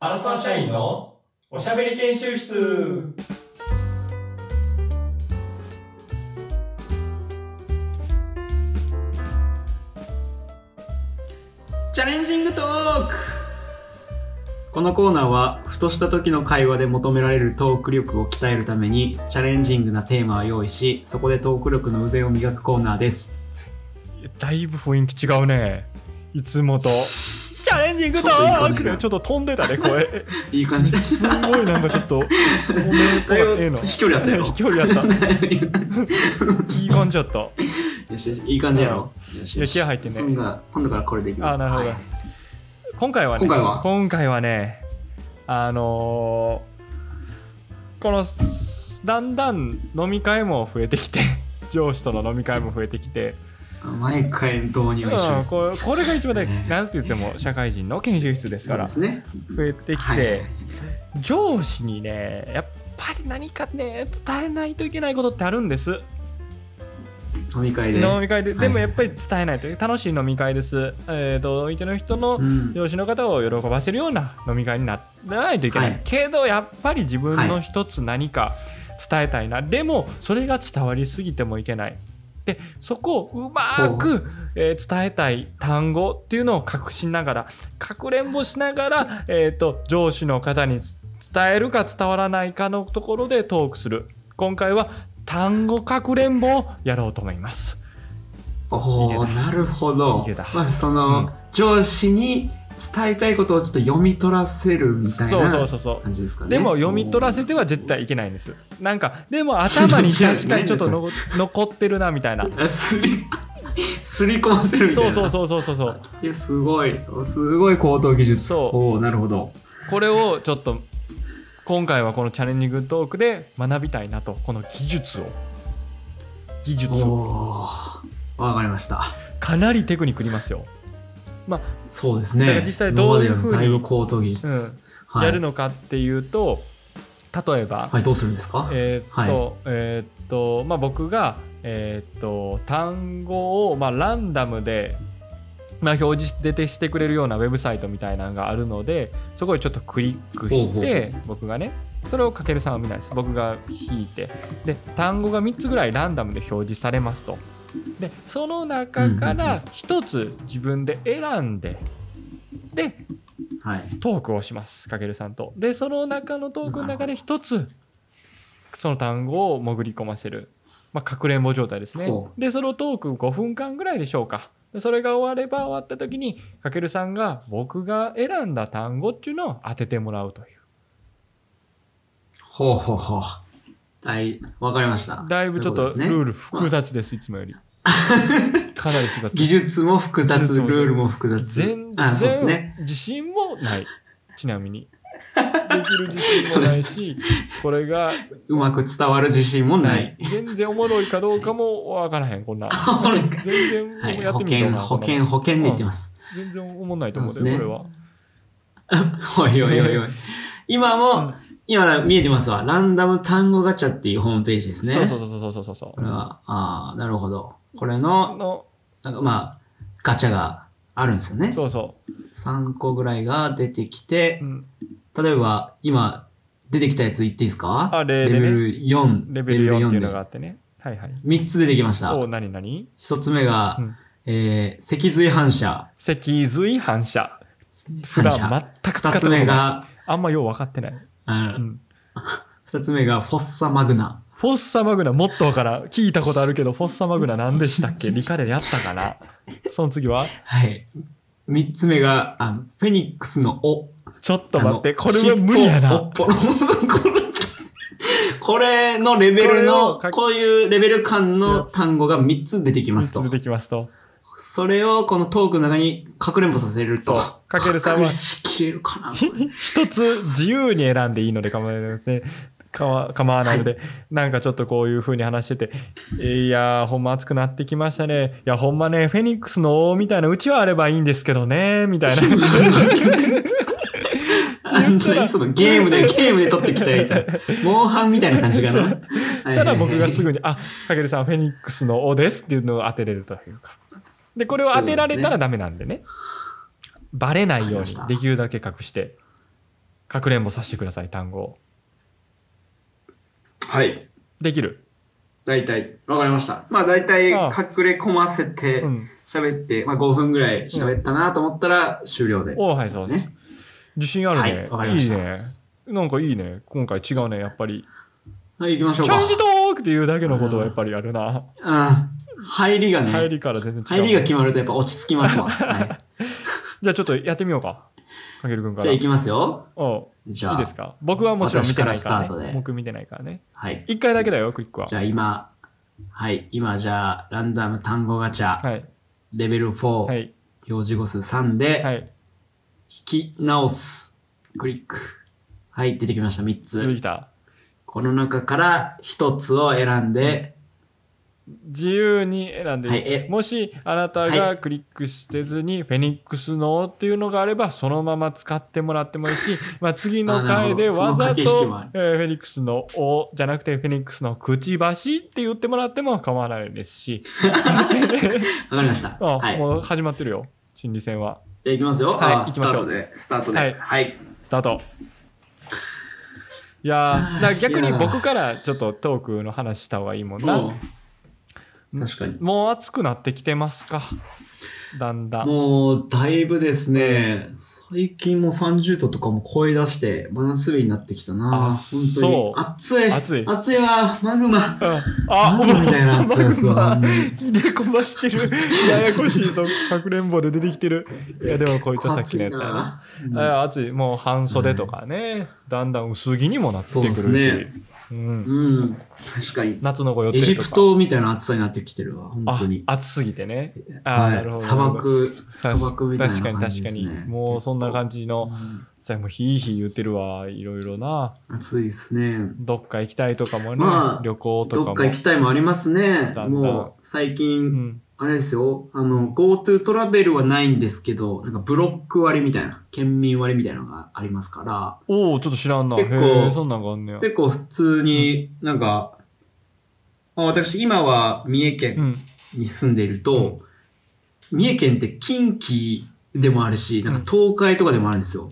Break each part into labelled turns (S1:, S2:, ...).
S1: アラサー社員のおしゃべり研修室
S2: チャレンジングトークこのコーナーはふとした時の会話で求められるトーク力を鍛えるためにチャレンジングなテーマを用意しそこでトーク力の腕を磨くコーナーです
S3: だいぶ雰囲気違うねいつもとチャレンジングトークでちょっと飛んでたね声
S2: いい感じです
S3: すごいなんかちょっとおめ
S2: だいぶ
S3: の
S2: 飛距離あったよ
S3: 飛距離あったいい感じやったい
S2: よしよしいい感じやろよしよ
S3: や
S2: し
S3: 気合入って
S2: 今
S3: ね
S2: 度は今度からこれでいきま
S3: あ
S2: す
S3: なるほど
S2: はい
S3: 今回はね
S2: 今回は
S3: 今回はねあのーこのだんだん飲み会も増えてきて上司との飲み会も増えてきて、
S2: 毎回導入は一緒
S3: う
S2: で
S3: ん、
S2: す、
S3: これこれが一番ね、
S2: ね
S3: なんて言っても社会人の研修室です
S2: そ
S3: か
S2: う
S3: ら
S2: ですね
S3: 増えてきて、
S2: はい
S3: 上司にねやっぱり何かね伝えないといけないことってあるんです
S2: 飲み会で
S3: 飲み会で、
S2: はい
S3: でもやっぱり伝えないと楽しい飲み会ですえっ、と相手の人の
S2: うん
S3: 上司の方を喜ばせるような飲み会にならないといけない、
S2: はい
S3: けどやっぱり自分の一つ何か伝えたいな、でもそれが伝わりすぎてもいけないでそこをうま
S2: ほ
S3: く、えー伝えたい単語っていうのを隠しながらかくれんぼしながら、えー、と上司の方に伝えるか伝わらないかのところでトークする今回は単語かくれんぼをやろうと思います
S2: お
S3: いけ
S2: お
S3: た
S2: なるほど
S3: いけた
S2: まあそうの、
S3: ん
S2: 上司に伝えたいことをちょっと読み取らせるみたい
S3: そうそう
S2: な
S3: そうそう
S2: 感じですかね
S3: でも読み取らせては絶対いけないんです。なんか、でも頭に確かにちょっとの残ってるなみ たいな。
S2: あすりすり込ませるみたい
S3: そう
S2: な
S3: そうそうそうそうそう。
S2: いやすごいすごい高等技術
S3: そう
S2: おおなるほど
S3: これをちょっと、今回はこのチャレンジングトークで学びたいなと、この技術を。技術
S2: お
S3: を。
S2: おわかりました
S3: かなりテクニックいりますよ。
S2: そうです
S3: だか
S2: ね
S3: ら実際どういう
S2: 今までよりだいぶ高等技
S3: うん
S2: 術、はい、
S3: やるのかっていうと、例えば、
S2: はいどうするんですか、
S3: えーっと、えーっと、まあ、僕が、えーっと、単語を、まあ、ランダムで、まあ、表示出てしてくれるようなウェブサイトみたいなのがあるので、そこにちょっとクリックし
S2: ほうほう
S3: て、僕がね、それをかけるさんは見ないです。僕が引いて。で、単語が3つぐらいランダムで表示されますと。で、その中から1つ自分で選んで、で、
S2: はい
S3: トークをしますかけるさんとでその中のトークの中で一つその単語を潜り込ませる、まあ、かくれんぼ状態ですね
S2: ほ
S3: でそのトーク5分間ぐらいでしょうかでそれが終われば終わった時にかけるさんが僕が選んだ単語っていうのを当ててもらうという
S2: ほうほうほうはいわかりました
S3: だいぶちょっとル
S2: そういうこ
S3: ー
S2: ですね
S3: ル複雑ですいつもよりかなり複雑
S2: 技術も複雑
S3: 技術も
S2: ルールも複雑
S3: 全
S2: あそうです
S3: 然、
S2: ね
S3: 自信もないちなみにできる自信もないしこれが
S2: うまく伝わる自信もない、
S3: 全然おもろいかどうかもわからへん、こんな。全然
S2: はい、
S3: やっ
S2: 保
S3: てみよう
S2: 険保険保険で言ってます、
S3: 全然おもんないと思う
S2: そう
S3: で、
S2: ですね
S3: これは。
S2: おいおい おいおい今も、
S3: うん
S2: 今見えてますわランダム単語ガチャっていうホームページですね
S3: そうそうそうそうそうそ
S2: これ
S3: う。
S2: はああなるほどこれ
S3: あ
S2: の
S3: の、
S2: なんかまあガチャがあるんですよね
S3: そうそ
S2: 3個ぐらいが出てきて
S3: う。うん
S2: 例えば今出てきたやつ言っていいですか
S3: あ例でね
S2: レベル4
S3: レベル4っていうのが
S2: レ
S3: あってね。はいはい。
S2: ベル4で3つ出てきました
S3: お、なになに
S2: 1つ目が、
S3: うん
S2: えー脊髄反射
S3: 脊髄反射。普
S2: 反射
S3: 段全く使ったこ
S2: 2つ
S3: とな
S2: 目
S3: い。
S2: が、
S3: あんまよう分かってない。
S2: あ
S3: う
S2: の
S3: ん。
S2: 二つ目がフォッサマグナ。
S3: フォッサマグナ、もっとわからん。聞いたことあるけど、フォッサマグナ何でしたっけ理科でやったかなその次は
S2: はい。三つ目が、あのフェニックスの尾。
S3: ちょっと待って、
S2: あ
S3: こ
S2: の
S3: れは無理やな。
S2: 尻尾尾っぽこれ これのレベルの
S3: これを書、き
S2: こういうレベル感の単語が3つ出てきま
S3: 3
S2: す
S3: つ
S2: と
S3: 出。てきますと。
S2: それをこのトークの中にかくれんぼさせると。
S3: そうかけるさんは
S2: 隠しきれるかな
S3: 一つ自由に選んでいいので構わないですね。かわ構わないので、なんかちょっとこういう風に話してて、えーいやー、ほんま暑くなってきましたね。いや、ほんまね、フェニックスの王みたいなうちはあればいいんですけどね、みたいな。
S2: あの、そのゲ ームで、ゲームで撮ってきたみたいな。モンハンみたいな感じかな。はいはいは
S3: た
S2: い
S3: だ僕がすぐに、あ、かけるさん、フェニックスの王ですっていうのを当てれるというか。で、これを当てられたらダメなんでね。バレないよう
S2: わかりました
S3: に、できるだけ隠して。かくれんぼさせてください、単語を。
S2: はい。
S3: できる
S2: 大体、わかりました。まあ大体、
S3: ああ
S2: 隠れ込ませて
S3: うん、
S2: 喋って、まあ5分ぐらい喋ったなと思ったら終了で。
S3: おはい、そうです。。自信ある
S2: はい
S3: ね。
S2: わかり
S3: い、
S2: ま
S3: い
S2: した
S3: ね。なんかいいね。今回違うね、やっぱり。
S2: はい、行きま
S3: チ
S2: しょう
S3: ャ
S2: か
S3: レン。ジトークっていうだけのことはやっぱりあるな。
S2: ああ、入りがね、
S3: 入
S2: 入り
S3: りから全然違う。
S2: が決まるとやっぱ落ち着きます わ。はい、
S3: じゃあちょっとやってみようか。かけるくんから。
S2: じゃあ行きますよ。
S3: お
S2: じ
S3: う
S2: ゃ
S3: い
S2: あ、
S3: いですか僕はもちろん見てないから、ね。
S2: 私からスタートで
S3: 僕見てないからね。
S2: はい。
S3: 一回だけだよ、クリックは
S2: じ。ゃあ今、はい、今じゃあ、ランダム単語ガチャ、
S3: はい。
S2: レベル4、
S3: はい。
S2: 表示語数3で、
S3: はい。
S2: 引き直す。クリック。はい、出てきました、3
S3: 出て
S2: つ。
S3: きた。
S2: この中から1つを選んで、
S3: 自由に選んでいい、
S2: はいえ
S3: もしあなたがクリックしてずに、フェニックスのっていうのがあれば、そのまま使ってもらってもいい し、まあ、次の回で
S2: あなる
S3: わ
S2: ほどそ
S3: ざ
S2: の
S3: と、え
S2: 駆け引きもあ
S3: ーフェニックスのおじゃなくて、フェニックスのくちばしって言ってもらっても構わないですし、
S2: わかりました。
S3: あ
S2: はい。じゃ
S3: もう始まってるよ、心理戦は。
S2: あ行きますよ。
S3: はい
S2: あ
S3: 行き
S2: ス
S3: ま
S2: タ
S3: しょう
S2: ートで、スタートで。
S3: は
S2: はいい。
S3: スタート。いやーだから逆に
S2: いやー
S3: 僕からちょっとトークの話した方がいいもんな。
S2: もう、確かに。
S3: もう暑くなってきてますかだんだん。
S2: もう、だいぶですね、最近もう30度とかも超え出して、真夏日になってきたな。
S3: あ
S2: 本当
S3: そう
S2: に。暑い。
S3: 暑い
S2: 暑いわ。マ グマ。
S3: うんあ、
S2: マグマみたいな暑さです
S3: その
S2: わ。
S3: ま
S2: ほん
S3: ん
S2: ま
S3: ま
S2: に
S3: ひでこばして る。ややこしいぞ。かくれんぼで出てきてる。いや、でもこいつはさっきのやつやな。
S2: 暑いな
S3: あ暑い。もう半袖とかね。だんだん薄着にもなってくる
S2: そうで
S3: し。うん
S2: うん。確かに。
S3: 夏のご予定
S2: エ
S3: とか。
S2: ジプトみたいな暑さになってきてるわ。本
S3: あ
S2: 当に。
S3: 暑すぎてね。あなるほど。
S2: はい。砂漠、砂
S3: 確かに
S2: 漠みたいな感じ
S3: 確
S2: で
S3: か
S2: す
S3: に確か
S2: ね
S3: に。。もうそんな感じの。
S2: うん
S3: さもうひいひい言ってるわ。いろいろな。
S2: 暑いですね。
S3: どっか行きたいとかも
S2: ま
S3: ね
S2: あ。
S3: 旅行と
S2: ど
S3: か
S2: っ
S3: も
S2: か。行きたいもありますね
S3: だんだ。ん
S2: もう、最
S3: う
S2: 近、
S3: ん
S2: あれですよ、あの、GoTo トラベルはないんですけど、なんかブロック割みたいな、県民割みたいなのがありますか
S3: おおちょっと知らんな。へ
S2: 結構
S3: え、そんなんがあんねや
S2: ら、。結構普通になんか、まあ私今は三重
S3: う
S2: 県
S3: ん。
S2: に住んでいると、三重県って近畿でもあるし、なんか東海とかでもあるんですよ。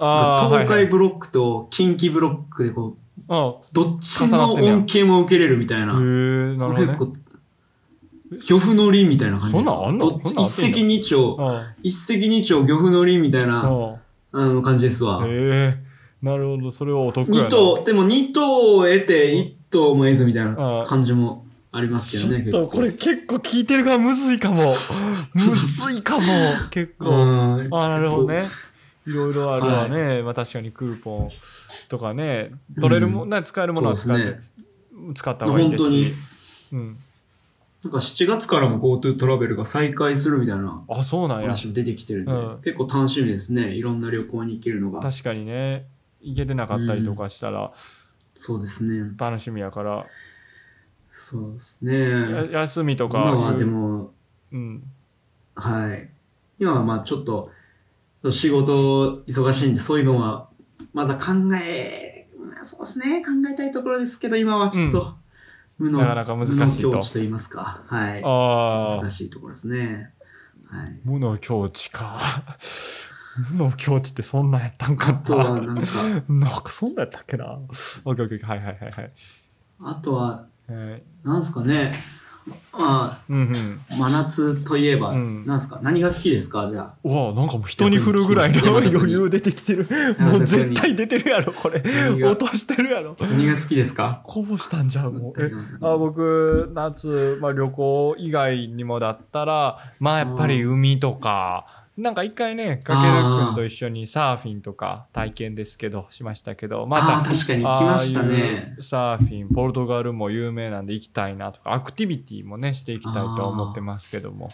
S2: なん
S3: あ
S2: か
S3: あ。
S2: 東
S3: はい
S2: 海ブロックと近畿ブロックでこう、
S3: あ
S2: どっちの恩恵も受けれるみたい
S3: へえ
S2: な。
S3: なるほど、
S2: 結
S3: ね。
S2: 構、漁夫の利みたいな感じです。
S3: そんなんあんの
S2: どっち
S3: そんなんあってんの
S2: 一石二鳥。
S3: あ
S2: 一石二鳥漁夫の利みたい
S3: あ
S2: な、
S3: あ
S2: あの感じです
S3: あ
S2: わ。
S3: へえなるほど、それはお得や
S2: 二
S3: な。
S2: 頭、でも二頭を得て一頭も得ずみたい
S3: あ
S2: な
S3: あ
S2: 感じもありますけどね、
S3: ち
S2: 結
S3: ょっと
S2: 構。
S3: これ結構聞いてるからむずいか も。むずいかも。結
S2: う
S3: 構。
S2: ん
S3: ああ、なるほど。ね。いろいろあるわね。まあ確かにクーポンとかね。取れるも、、
S2: うん
S3: な使えるも
S2: そ
S3: の
S2: う
S3: は
S2: で
S3: 使って、
S2: すね。
S3: 使った方がいい
S2: 本
S3: です
S2: 当に
S3: し。。うん。
S2: なんか7月からも GoTo トラベルが再開するみたいな
S3: あ、そうなんや。
S2: 話も出てきてるんで
S3: うん、
S2: 結構楽しみですね。いろんな旅行に行けるのが。
S3: 確かにね。行けてなかったりとかしたら
S2: そうですね。
S3: 楽しみやから。
S2: そうですね。
S3: や休みとか。
S2: 今はでも、
S3: うん。
S2: はい。今はまあちょっと、仕事忙しいんで、そういうのは、まだ考え、まあそうですね、考えたいところですけど、今はちょっと、無の、
S3: なかなか難しいと
S2: 無の境地と言いますか。はい。
S3: ああ。
S2: 難しいところですね。はい。
S3: 無の境地か。 無の境地ってそんなんやったんか
S2: あとは、
S3: な。
S2: なん か、
S3: なんかそんなんやったっけな。オッケーオッケーオッケー。はいはいはいはい。
S2: あとは、
S3: え
S2: なんですかね、ま
S3: ー、うん
S2: あ、真夏といえば、
S3: うん
S2: なんですか、何が好きですかじゃあ。
S3: うん。うわなんかもう人に振るぐらいの
S2: 逆に
S3: 余裕出てきてる。もう絶対出てるやろ、これ。
S2: 何が
S3: 落としてるやろ。
S2: 何が好きですか
S3: こぼしたんじゃん、もう。え
S2: あ
S3: あ僕、夏、まあ、旅行以外にもだったら、まあやっぱり海とか、なんか一回ね、かけるくんと一緒にサーフィンとか体験ですけど、しましたけど、また
S2: あー、確かに来ましたね。
S3: ああいうサーフィン、ポルトガルも有名なんで行きたいなとか、アクティビティもね、していきたいとは思ってますけども。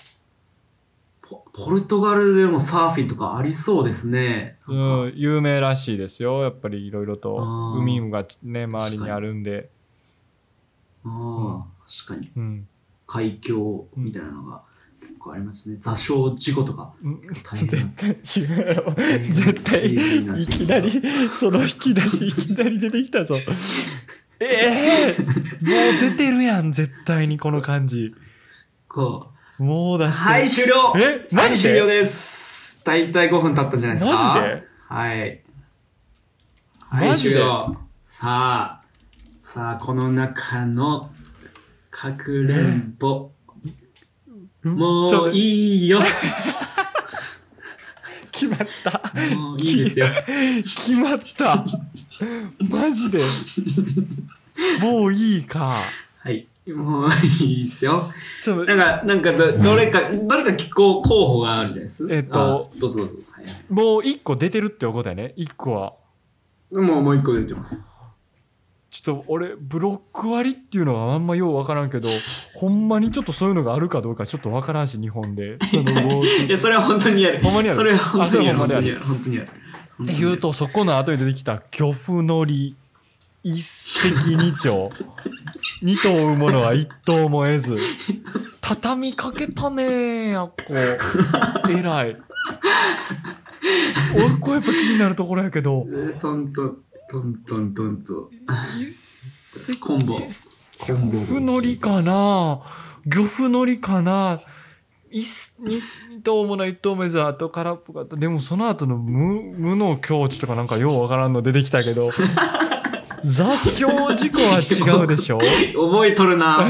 S2: ポポルトガルでもサーフィンとかありそうですね。
S3: う
S2: なんか
S3: ん、有名らしいですよ。やっぱりいろいろと
S2: あ。ー
S3: 海がね、周りにあるんで。
S2: ああ、確かに。
S3: うん。
S2: 海峡みたいなのが結構ありますね。座礁事故とか
S3: うん
S2: 大変
S3: 絶対違うやろ。絶
S2: シ
S3: 対
S2: ー。ズンになって
S3: いき
S2: きた
S3: なり、その引き出し、いきなり出てき たぞ。ええもう出てるやん、絶対にこの感じ。
S2: こう
S3: もう出してる。
S2: はい、終了
S3: えマジで
S2: はい終了です。大体5分経ったんじゃないですか
S3: マジで
S2: はい。はい、
S3: マジ
S2: 終
S3: で
S2: 了。さあ、さあ、この中の、かくれんぼ。も
S3: ちょ
S2: ういいよ。
S3: 決まった
S2: もういいですよ。
S3: 決まったマジでもういいか
S2: はい。もういいですよ。
S3: ちょっと
S2: なんか、なんかど、どれか、どれかこう候補があるじゃないですか。
S3: えっと
S2: あ、どうぞどうぞ。はいはい
S3: もう一個出てるってことだよね一個は
S2: もう、もう一個出てます。
S3: ちょっと俺ブロック割りっていうのはあんまようわからんけどほんまにちょっとそういうのがあるかどうかちょっとわからんし日本でその合
S2: いや、それは本当にやる。
S3: ほんまにやる
S2: それは本当にやる。
S3: あそ
S2: 本
S3: れはほんま
S2: 当に
S3: に
S2: やる。本当にやる。本当にやる
S3: 言うとそこの後に出てきた漁夫のり一石二 鳥二頭産むものは一頭も得ず畳みかけたねーやっこ偉 い俺これやっぱ気になるところやけど
S2: トントン、トントントンと。
S3: 一石
S2: コンボ。コンボ。
S3: 漁夫のりかな漁夫のりかな一石二二頭もの一頭も得ずあと空っぽかったでもその後の無無の境地とかなんかようわからんの出てきたけど座標事項は違うでしょ
S2: 覚えとるな。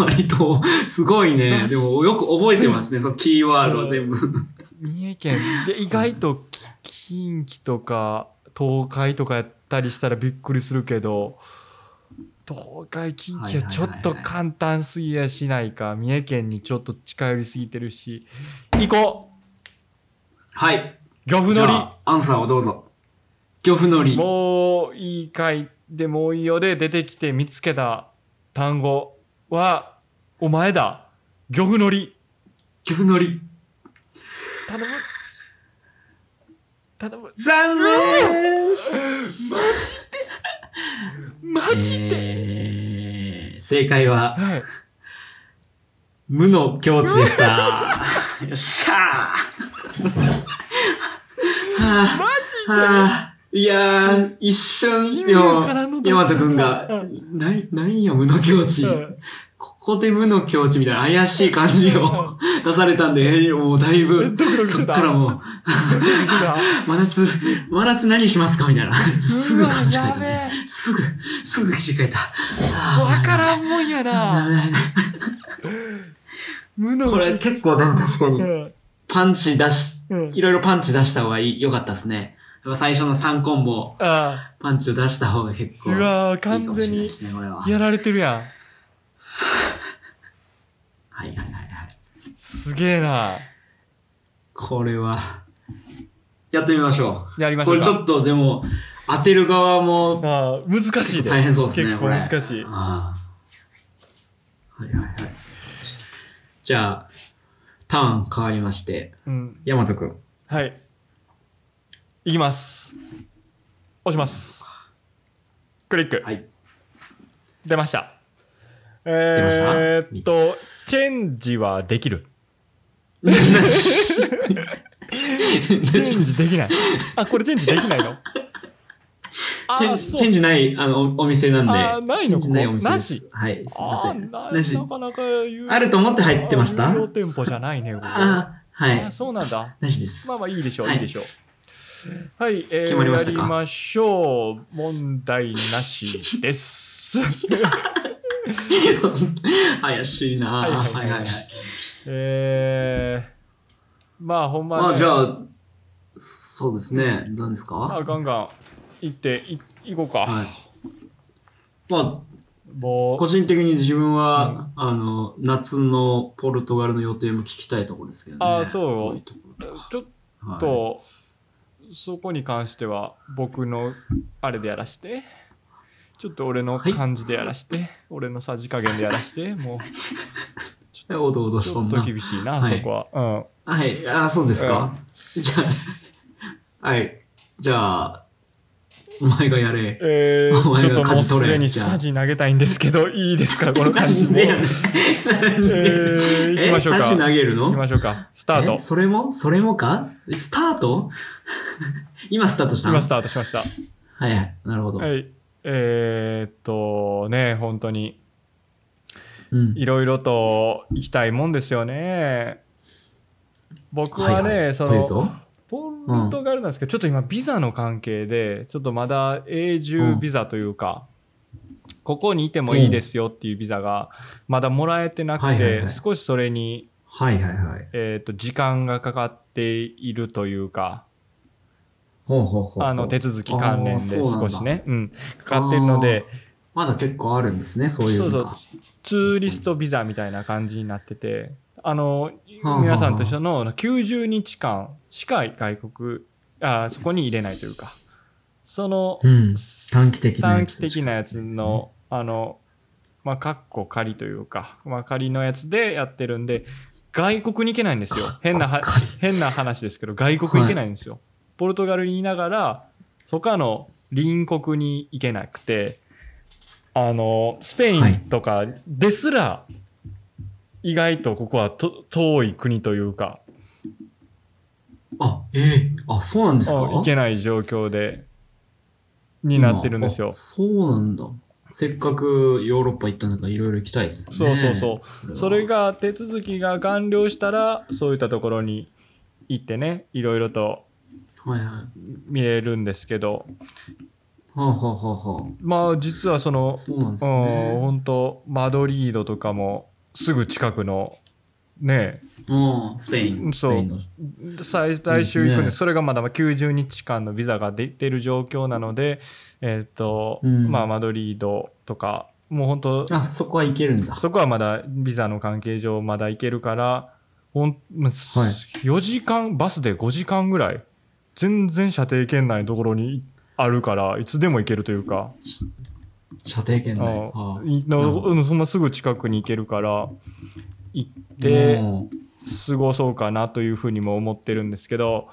S2: 割と、すごいね。でも、よく覚えてますね。そのキーワードは全部。
S3: 三重県で意外とき近畿とか東海とかやったりしたらびっくりするけど東海近畿はちょっと簡単すぎやしないか三重県にちょっと近寄りすぎてるし行こ
S2: はい。
S3: う漁夫
S2: じ
S3: の
S2: ゃ
S3: り
S2: あ、アンサーをどうぞ。漁夫のり。
S3: もういい回でもういいよで出てきて見つけた単語はお前だ漁夫のり
S2: 漁夫のり。
S3: 頼む頼む
S2: 残念
S3: マジで、
S2: えー正解は、
S3: はい
S2: 無の境地 でした。よっしゃーはあ
S3: マジで
S2: はあ、いやー、一瞬、
S3: 意
S2: で
S3: 味わ
S2: も
S3: からんの、出し
S2: ヤ
S3: た
S2: マトくんが
S3: う、
S2: ない、ないよ、無の境地。
S3: うん
S2: ここで無の境地みたいな怪しい感じを出されたんで、えーもうだいぶ
S3: ドキド、キ
S2: そ
S3: し
S2: ったからもう、真夏、真夏何しますかみたいな。すぐ感じ変えた
S3: うわや
S2: ね
S3: べ。
S2: すぐ、すぐ切り替えた。
S3: わからんもんや
S2: あ
S3: な。
S2: ー
S3: 無の
S2: これ結構でも確かに、パンチ出し
S3: う、ん
S2: いろいろパンチ出した方がいい、良かったですね。やっぱ最初の3コンボ、
S3: あ
S2: パンチを出した方が結構。
S3: うわー
S2: いいかもしれない
S3: 完全に
S2: ですね、これは。
S3: あ、やられてるや
S2: はいはいはいはい。
S3: ん。すげえな。
S2: これは、やってみましょう。
S3: やりましょ
S2: こ
S3: う
S2: れ
S3: か。
S2: ちょっとでも、当てる側も
S3: ああ難しいで。
S2: 大変そうですね、
S3: 結
S2: こ
S3: 構
S2: れ。
S3: 難しい。
S2: ああはいはいはい。じゃあ、ターン変わりまして、
S3: うん。
S2: ヤマトくん。
S3: はい。いきます。押します。クリック。
S2: はい。
S3: 出ました。
S2: ました
S3: えーっと、
S2: 三
S3: チ
S2: つ
S3: ェンジはできる。チェンジできない。あ、これチェンジできないのあ
S2: チェン
S3: ー
S2: ジ
S3: そう
S2: チェンジないあのおお店なんで。
S3: あーないの
S2: チェンジないお店で
S3: こ
S2: す
S3: こ。
S2: はい、すいま
S3: あ
S2: せ
S3: ー
S2: ん。
S3: な
S2: なし
S3: な。かなか有
S2: あると思って入ってました
S3: 有料店舗じゃないね、これあ
S2: ああ、は
S3: ー
S2: い。
S3: そうなんだ。
S2: なしです
S3: まあ。まあいいでしょう、
S2: はい
S3: い、いでしょう。はい、えー、
S2: 決まりましたか
S3: やりましょう。問題なしです。
S2: 怪しいな
S3: は
S2: ぁ。
S3: い
S2: は
S3: はいい
S2: は
S3: はいい
S2: はい。
S3: えー、まあほんま、ね、
S2: まあじゃあ、そうですね。何ですか
S3: まあ
S2: は
S3: ガンガン行ってい、行こうか。
S2: い。まあ、
S3: も
S2: 個人的に自分は、あの、夏のポルトガルの予定も聞きたいところですけどね。
S3: あーそう
S2: 遠いとこ
S3: う、ちょっ
S2: ろはい
S3: と、そこに関しては僕のあれでやらしてちょっと俺の感じでやらして、俺のさじ加減でやらしても う
S2: おどおどし
S3: ち
S2: と
S3: ょ
S2: ん
S3: っと
S2: な。
S3: 厳しいな、
S2: はい
S3: そこは、うん、
S2: はい。あーそうですか。じゃあ、はい。じゃあ、お前がやれ。
S3: え
S2: お
S3: ー、
S2: 前
S3: ち
S2: が
S3: ょっともう
S2: 舵
S3: す
S2: 取れ
S3: でに
S2: じゃあ
S3: さじ投げたいんですけどいいですかこの感じも
S2: でやねん
S3: えー、行きましょう
S2: え、
S3: か
S2: 差し投
S3: 行
S2: げるの
S3: きましょうかスタート
S2: えそれもそれもかスタート今スタートしたの
S3: 今スタートしました
S2: はいはい。なるほど。
S3: はいえー、っとね本当に
S2: うん。
S3: いろいろと行きたいもんですよね僕はね、
S2: はいはい
S3: そ
S2: という
S3: の
S2: と
S3: ポ
S2: うん
S3: 本当があれなんですけど、ちょっと今ビザの関係でちょっとまだ永住ビザというか、ここにいてもいいですよっていうビザがまだもらえてなくて、
S2: はいはいはい
S3: 少しそれに、
S2: はいはいはい。
S3: えー、と時間がかかっているというか
S2: ほうほうほうほう。
S3: あの手続き関連
S2: あー
S3: で
S2: そうなん
S3: 少
S2: だ
S3: しね、うん、かかってるので
S2: まだ結構あるんですね、そういうのが。
S3: そうそうツーリストビザみたいな感じになっててあの
S2: はあはあ
S3: 皆さんと一緒の90日間しか外国あそこに入れないというかその
S2: うん。短期的なや
S3: 短
S2: つ
S3: 期的なやつの、あの、まあ、かっこ仮というか、まあ、仮のやつでやってるんで、外国に行けないんですよ。変なは
S2: 仮、
S3: 変な話ですけど、外国行けないんですよ。ポルトガルにいながら、他の隣国に行けなくて、あの、スペインとかですら、意外とここはと遠い国というか、
S2: あ、ええあ、そうなんですか
S3: あ行けない状況で、になってるんですよ
S2: あ。そうなんだ。せっかくヨーロッパ行ったんだからいろいろ行きたいですよ
S3: そう
S2: ね。
S3: そうそう。
S2: は
S3: それ、が手続きが完了したらそういったところに行ってねいろいろと
S2: はいはい。は
S3: 見れるんですけど
S2: あ、はあはあは
S3: まあ実はそ
S2: あ、
S3: の
S2: そうなんです
S3: うん
S2: ね。
S3: 本当マドリードとかもすぐ近くのね
S2: うん、スペイン。
S3: そう
S2: スペインの
S3: 最来週行くん
S2: い
S3: で
S2: いですね
S3: それがまだ90日間のビザが出てる状況なのでえっ、と、
S2: うん
S3: まあマドリードとかもう本当
S2: あ、そこは行けるんだ。
S3: そこはまだビザの関係上まだ行けるから、ほん、
S2: い
S3: 4時間、バスで5時間ぐらい、全然射程圏内のところにあるから、いつでも行けるというか、
S2: 射程圏内。
S3: あ
S2: ああ
S3: いのうんそんなすぐ近くに行けるから、行って
S2: もう
S3: 過ごそうかなというふうにも思ってるんですけど、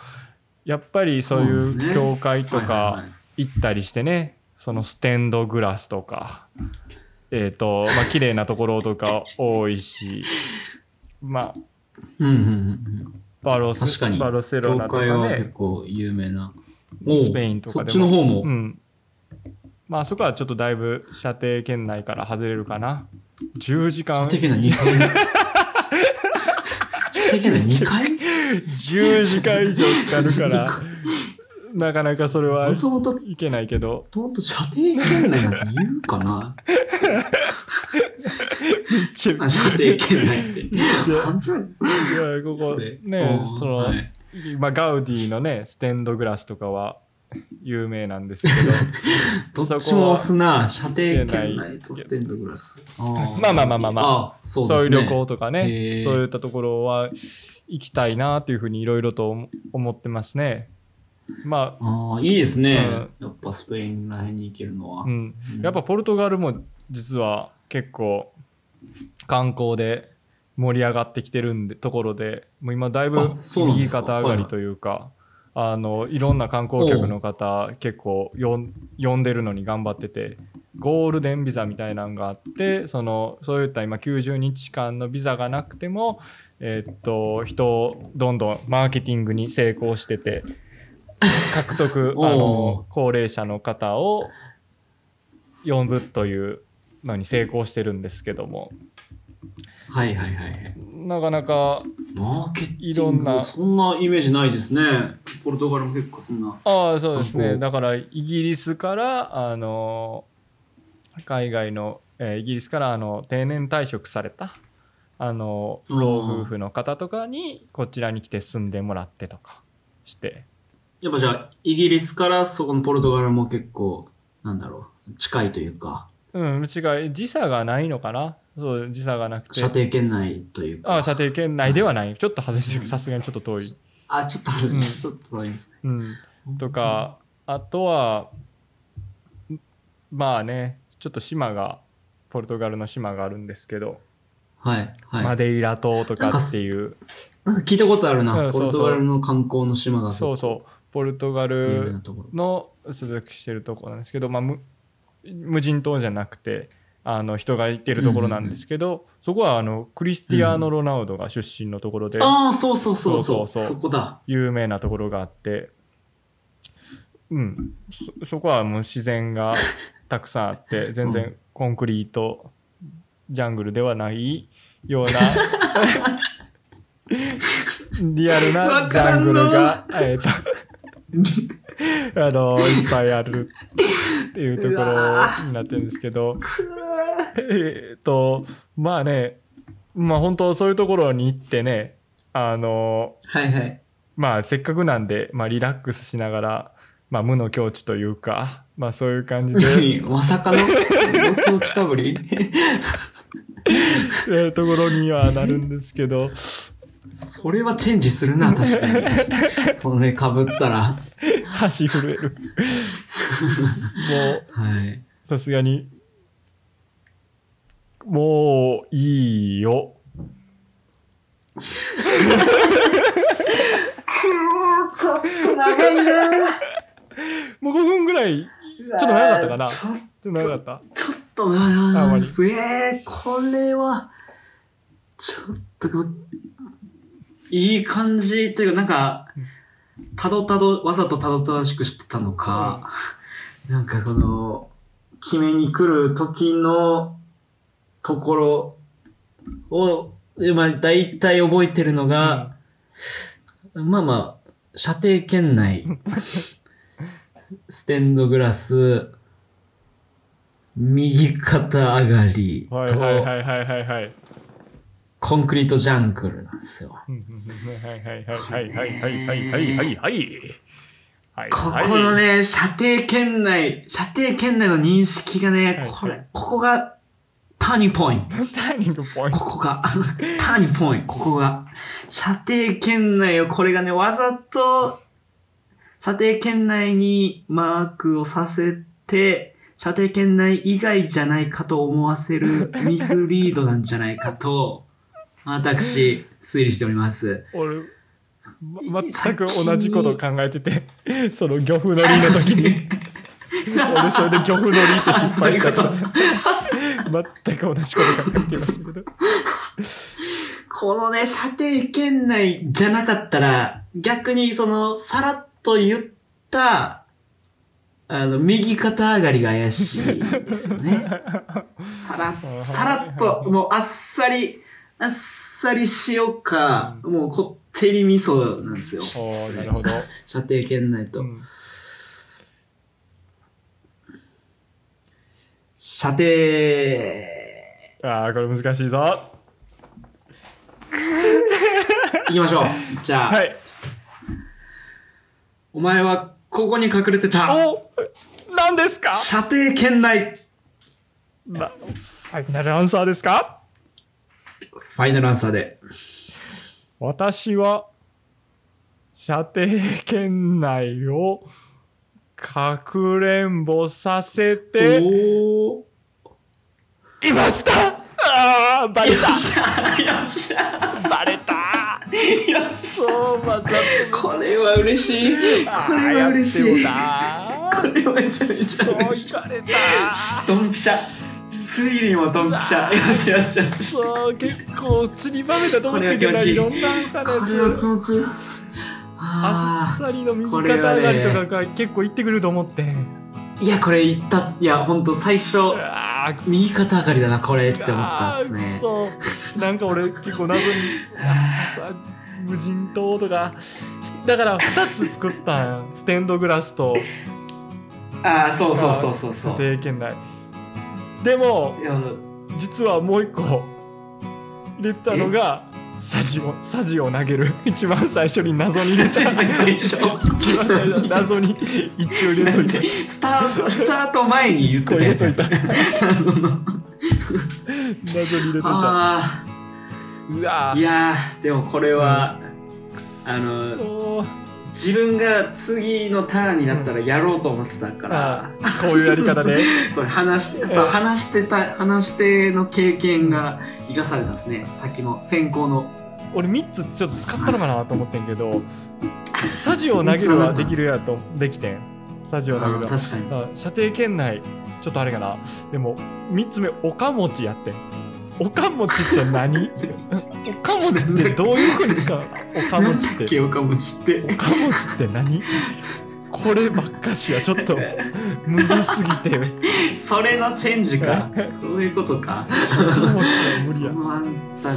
S3: やっぱりそう
S2: そうです
S3: い
S2: ね
S3: う教会と
S2: はいはい
S3: か
S2: はい
S3: 行ったりしてね、そのステンドグラスとか、えっ、と、まあ、綺麗なところとか 多いし、まあ、
S2: うんうんうん
S3: バロ
S2: うん。確
S3: ス
S2: かに、
S3: バルセロナとか
S2: 教会は結
S3: ね、
S2: 構有名な。おう
S3: スペインとかでも
S2: そっちの方も。
S3: うん。まあ、そこはちょっとだいぶ射程圏内から外れるかな。10時間、
S2: 射程圏内2回 目。射程圏内2回目
S3: 10時間以上かかる から、なかなかそれは
S2: もともと
S3: いけないけど、
S2: ほんと射程圏内なんて言うかな
S3: ちょ
S2: あ射程圏内って。
S3: ちょ
S2: 初めて
S3: いやここ
S2: それ
S3: ね
S2: うん
S3: その、
S2: はい
S3: まあ、ガウディのねステンドグラスとかは有名なんですけ
S2: ど
S3: ど
S2: っち
S3: そこ
S2: も
S3: は
S2: 押すな、射程圏内とステンドグラス。ま
S3: まあまあまあまあまあ
S2: あ、そう
S3: そ
S2: で
S3: うい
S2: す
S3: う
S2: ね。
S3: 旅行とか
S2: へ
S3: ね
S2: ー
S3: そういったところは行きたいなというふうにいろいろと思思ってますねま
S2: ああ、いいですね。やっぱスペインらへんに行けるの
S3: あ、
S2: は
S3: う。ん
S2: う、ん
S3: やっぱポルトガルも実は結構観光で盛り上がってきてるんでところでもう今だいぶ
S2: あそうなんで
S3: 右
S2: すか
S3: 肩上がりというかあのいろんな観光客の方結構よん呼んでるのに頑張っててゴールデンビザみたいなのがあってそのそういった今90日間のビザがなくても、えっと人をどんどんマーケティングに成功してて獲得
S2: おう
S3: あの高齢者の方を呼ぶというのに成功してるんですけども
S2: はいはいはいはい。
S3: なかなか
S2: マーケテ
S3: い
S2: ィ
S3: ろ
S2: ン
S3: ん
S2: グ、
S3: な
S2: そんなイメージないですね。ポルトガルも結構そんな。
S3: ああそうです
S2: 観
S3: ね
S2: 光
S3: だからイギリスからあの海外の、えーイギリスからあの定年退職されたあの
S2: うん
S3: 老夫婦の方とかにこちらに来て住んでもらってとかして
S2: やっぱじゃあ、イギリスからそこのポルトガルも結構、なんだろう、近いというか、
S3: うんうちが時差がないのかなそう時差がなくて
S2: 射程圏内という
S3: あ
S2: か。
S3: あ射程圏内ではないちょっと外してるさすがにちょっと遠い、
S2: あ、ちょっとある
S3: うん
S2: ね。ちょっとありますね。
S3: うん、とかあとはまあねちょっと島がポルトガルの島があるんですけど
S2: はい、はい。
S3: マデイラ島とかっていう、
S2: なんか聞いたことある
S3: う
S2: な。
S3: ん
S2: ポ
S3: そうそう
S2: ルトガルの観光の島が。
S3: そうそう、ポルトガ
S2: 有名な
S3: ル
S2: ところ。
S3: の所属してるところなんですけど、まあ、無無人島じゃなくて、あの人がいてるところなんですけど、そこはあのクリスティアーノ・ロナウドが出身のところで、
S2: ああ、そうそうそうそ。
S3: そうう
S2: そ
S3: そうそう
S2: こだ。
S3: 有名なところがあって、うん、そそこはもう自然がたくさんあ って、全
S2: う
S3: 然コンクリートジャングルではないような、 リアルなジャングルが、えっと、 あのいっぱいあるっていうところになってるんですけどえーっとまあねまあ本当そういうところに行ってねあの
S2: はいはい。
S3: まあせっかくなんで、まあ、リラックスしながら、まあ、無の境地というか、まあ、そういう感じ で
S2: まさかの東京来たぶり
S3: えーところにはなるんですけ ど
S2: それはチェンジす るな、確かに。それ被ったら。
S3: 箸震えるもう
S2: はい。
S3: さすがにもういいよ
S2: ちょっと長いな
S3: もう5分ぐらいちょっと長かったかな
S2: ち
S3: ちょ
S2: ょ
S3: っと長かった
S2: ちょっとな
S3: あ
S2: あ
S3: まり
S2: えー、これは、ちょっとこ、いい感じというか、なんか、たどたど、わざとたどたどしくしてたのか、なんかこの、決めに来る時のところを、でまあ、大体覚えてるのが、まあまあ、射程圏内、ステンドグラス、右肩上がりと、
S3: はいはいはいはいはいはい
S2: コンクリートジャングルなんですよ。
S3: うんうんうんはいはいはいはいはいはいはいはいはいはい
S2: ここのね、射程圏内、射程圏内の認識が
S3: は
S2: ね
S3: い、
S2: これ、ここが、ターニングポイント。
S3: ターニングポイント
S2: ここが、 ターニングポイント、ここが。射程圏内を、これがね、わざと、射程圏内にマークをさせて、射程圏内以外じゃないかと思わせ るミスリードなんじゃないかと、私、推理しております。
S3: 俺ま全く同じことを考えててその漁夫のりの 時 に俺それで漁夫のりって
S2: あ
S3: 失
S2: そう
S3: 敗
S2: い
S3: し
S2: う
S3: た
S2: こ
S3: か
S2: と
S3: ら。全く同じこと考えてましたけど。
S2: このね、射程圏内じゃなかったら、逆にその、さらっと言った、あの、右肩上がりが怪しいです よね。さら、さらっと、もうあっさり、あっさり塩か、もうこってり味噌なんですよ。
S3: おーなるほど。
S2: 射程圏内と。
S3: うん
S2: 射程、
S3: ああ、これ難しいぞ。は
S2: 行きま しょう。じゃあ、
S3: い。
S2: お前はここに隠れてた。
S3: お何ですか
S2: 射程圏内。
S3: なファイナルアンサーですか
S2: ファイナルアンサーで。
S3: 私は、射程圏内を、かくれんぼさせて
S2: おー。
S3: いましたああ、バレ
S2: よっしゃよっしゃ
S3: たバレた
S2: よっしゃ
S3: そう、また、
S2: これは嬉しいこれは嬉しいこ
S3: あ
S2: れはめちゃめちゃ
S3: ーやってもうた
S2: 嬉しい
S3: そう、いかれた
S2: ドンピシャ推理もドンピシャよしよしよし
S3: そう、結構散りばめたとこ
S2: これ
S3: だ
S2: は
S3: け
S2: 気
S3: ど
S2: 持
S3: な
S2: ちい
S3: いろ
S2: い
S3: んなお金
S2: これは気
S3: あ
S2: 持ちいい
S3: あっ
S2: あ
S3: さりの右
S2: こ
S3: 肩
S2: れは
S3: 上
S2: ね
S3: がりとかが結構いってくると思って
S2: ーいやこれいったいや本当最初
S3: ああ
S2: 右肩上がりだなこれって思ったっすね
S3: そうなんか俺結構謎にあーさ無人島とかだから2つ作ったんステンドグラスと
S2: ああそうそうそうそうそう
S3: 定圏内でも
S2: いや
S3: 実はもう1個入れてたのがサジをサジを投げる 一番最初に謎に入れ
S2: 最
S3: た
S2: 初
S3: 一番最初謎に一応入れ
S2: な
S3: と
S2: ん
S3: いて
S2: でスタートスタート前に言ってたやつですね
S3: 謎
S2: その
S3: に入れといた
S2: ああ
S3: うわ
S2: いやーでもこれは、あの
S3: そう
S2: 自分が次のターンになったらやろうと思ってたから
S3: あ、こういうやり方で
S2: これ話してそう話してた話しての経験が生かされたですねさっきの先行の
S3: 俺3つちょっと使ったのかなと思ってんけどサジを投げるはできるやとできてんサジ
S2: あ
S3: を投
S2: ー
S3: げるは
S2: 確かに
S3: あ射程圏内ちょっとあれかなでも3つ目おかもちやってんおかもちって何おかもちってどういうふうに使うのおか
S2: な
S3: も
S2: ん
S3: ち
S2: だ
S3: って
S2: っけ岡持ちっ て
S3: おかもちって何こればっかしはちょっとむずすぎて
S2: それのチェンジかそういうことか
S3: おかもちは無理
S2: そ
S3: や
S2: のあんたの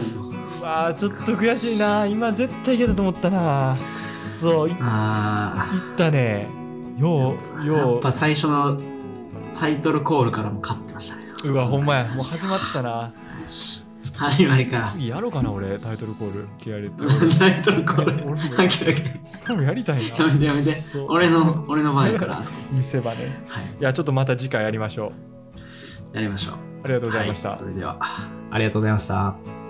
S3: うわーちょっと悔しいな今絶対いけたと思ったなそういいっ
S2: あ
S3: たねよう
S2: あやっ
S3: よ
S2: ぱ最初のタイトルコールからも勝ってましたね
S3: ううわほんまやもう始まってたな
S2: 始まり から
S3: 次やろうかな俺タイトルコール嫌いで
S2: タイトルコール
S3: 俺も
S2: あきらき
S3: 俺もやりたいな
S2: らやめてやめて
S3: そう
S2: 俺の俺の前からあそこ
S3: 見せ場ね
S2: はい
S3: いやちょっとまた次回やりましょう
S2: やりましょう
S3: ありがとうございました、
S2: はい、それではありがとうございました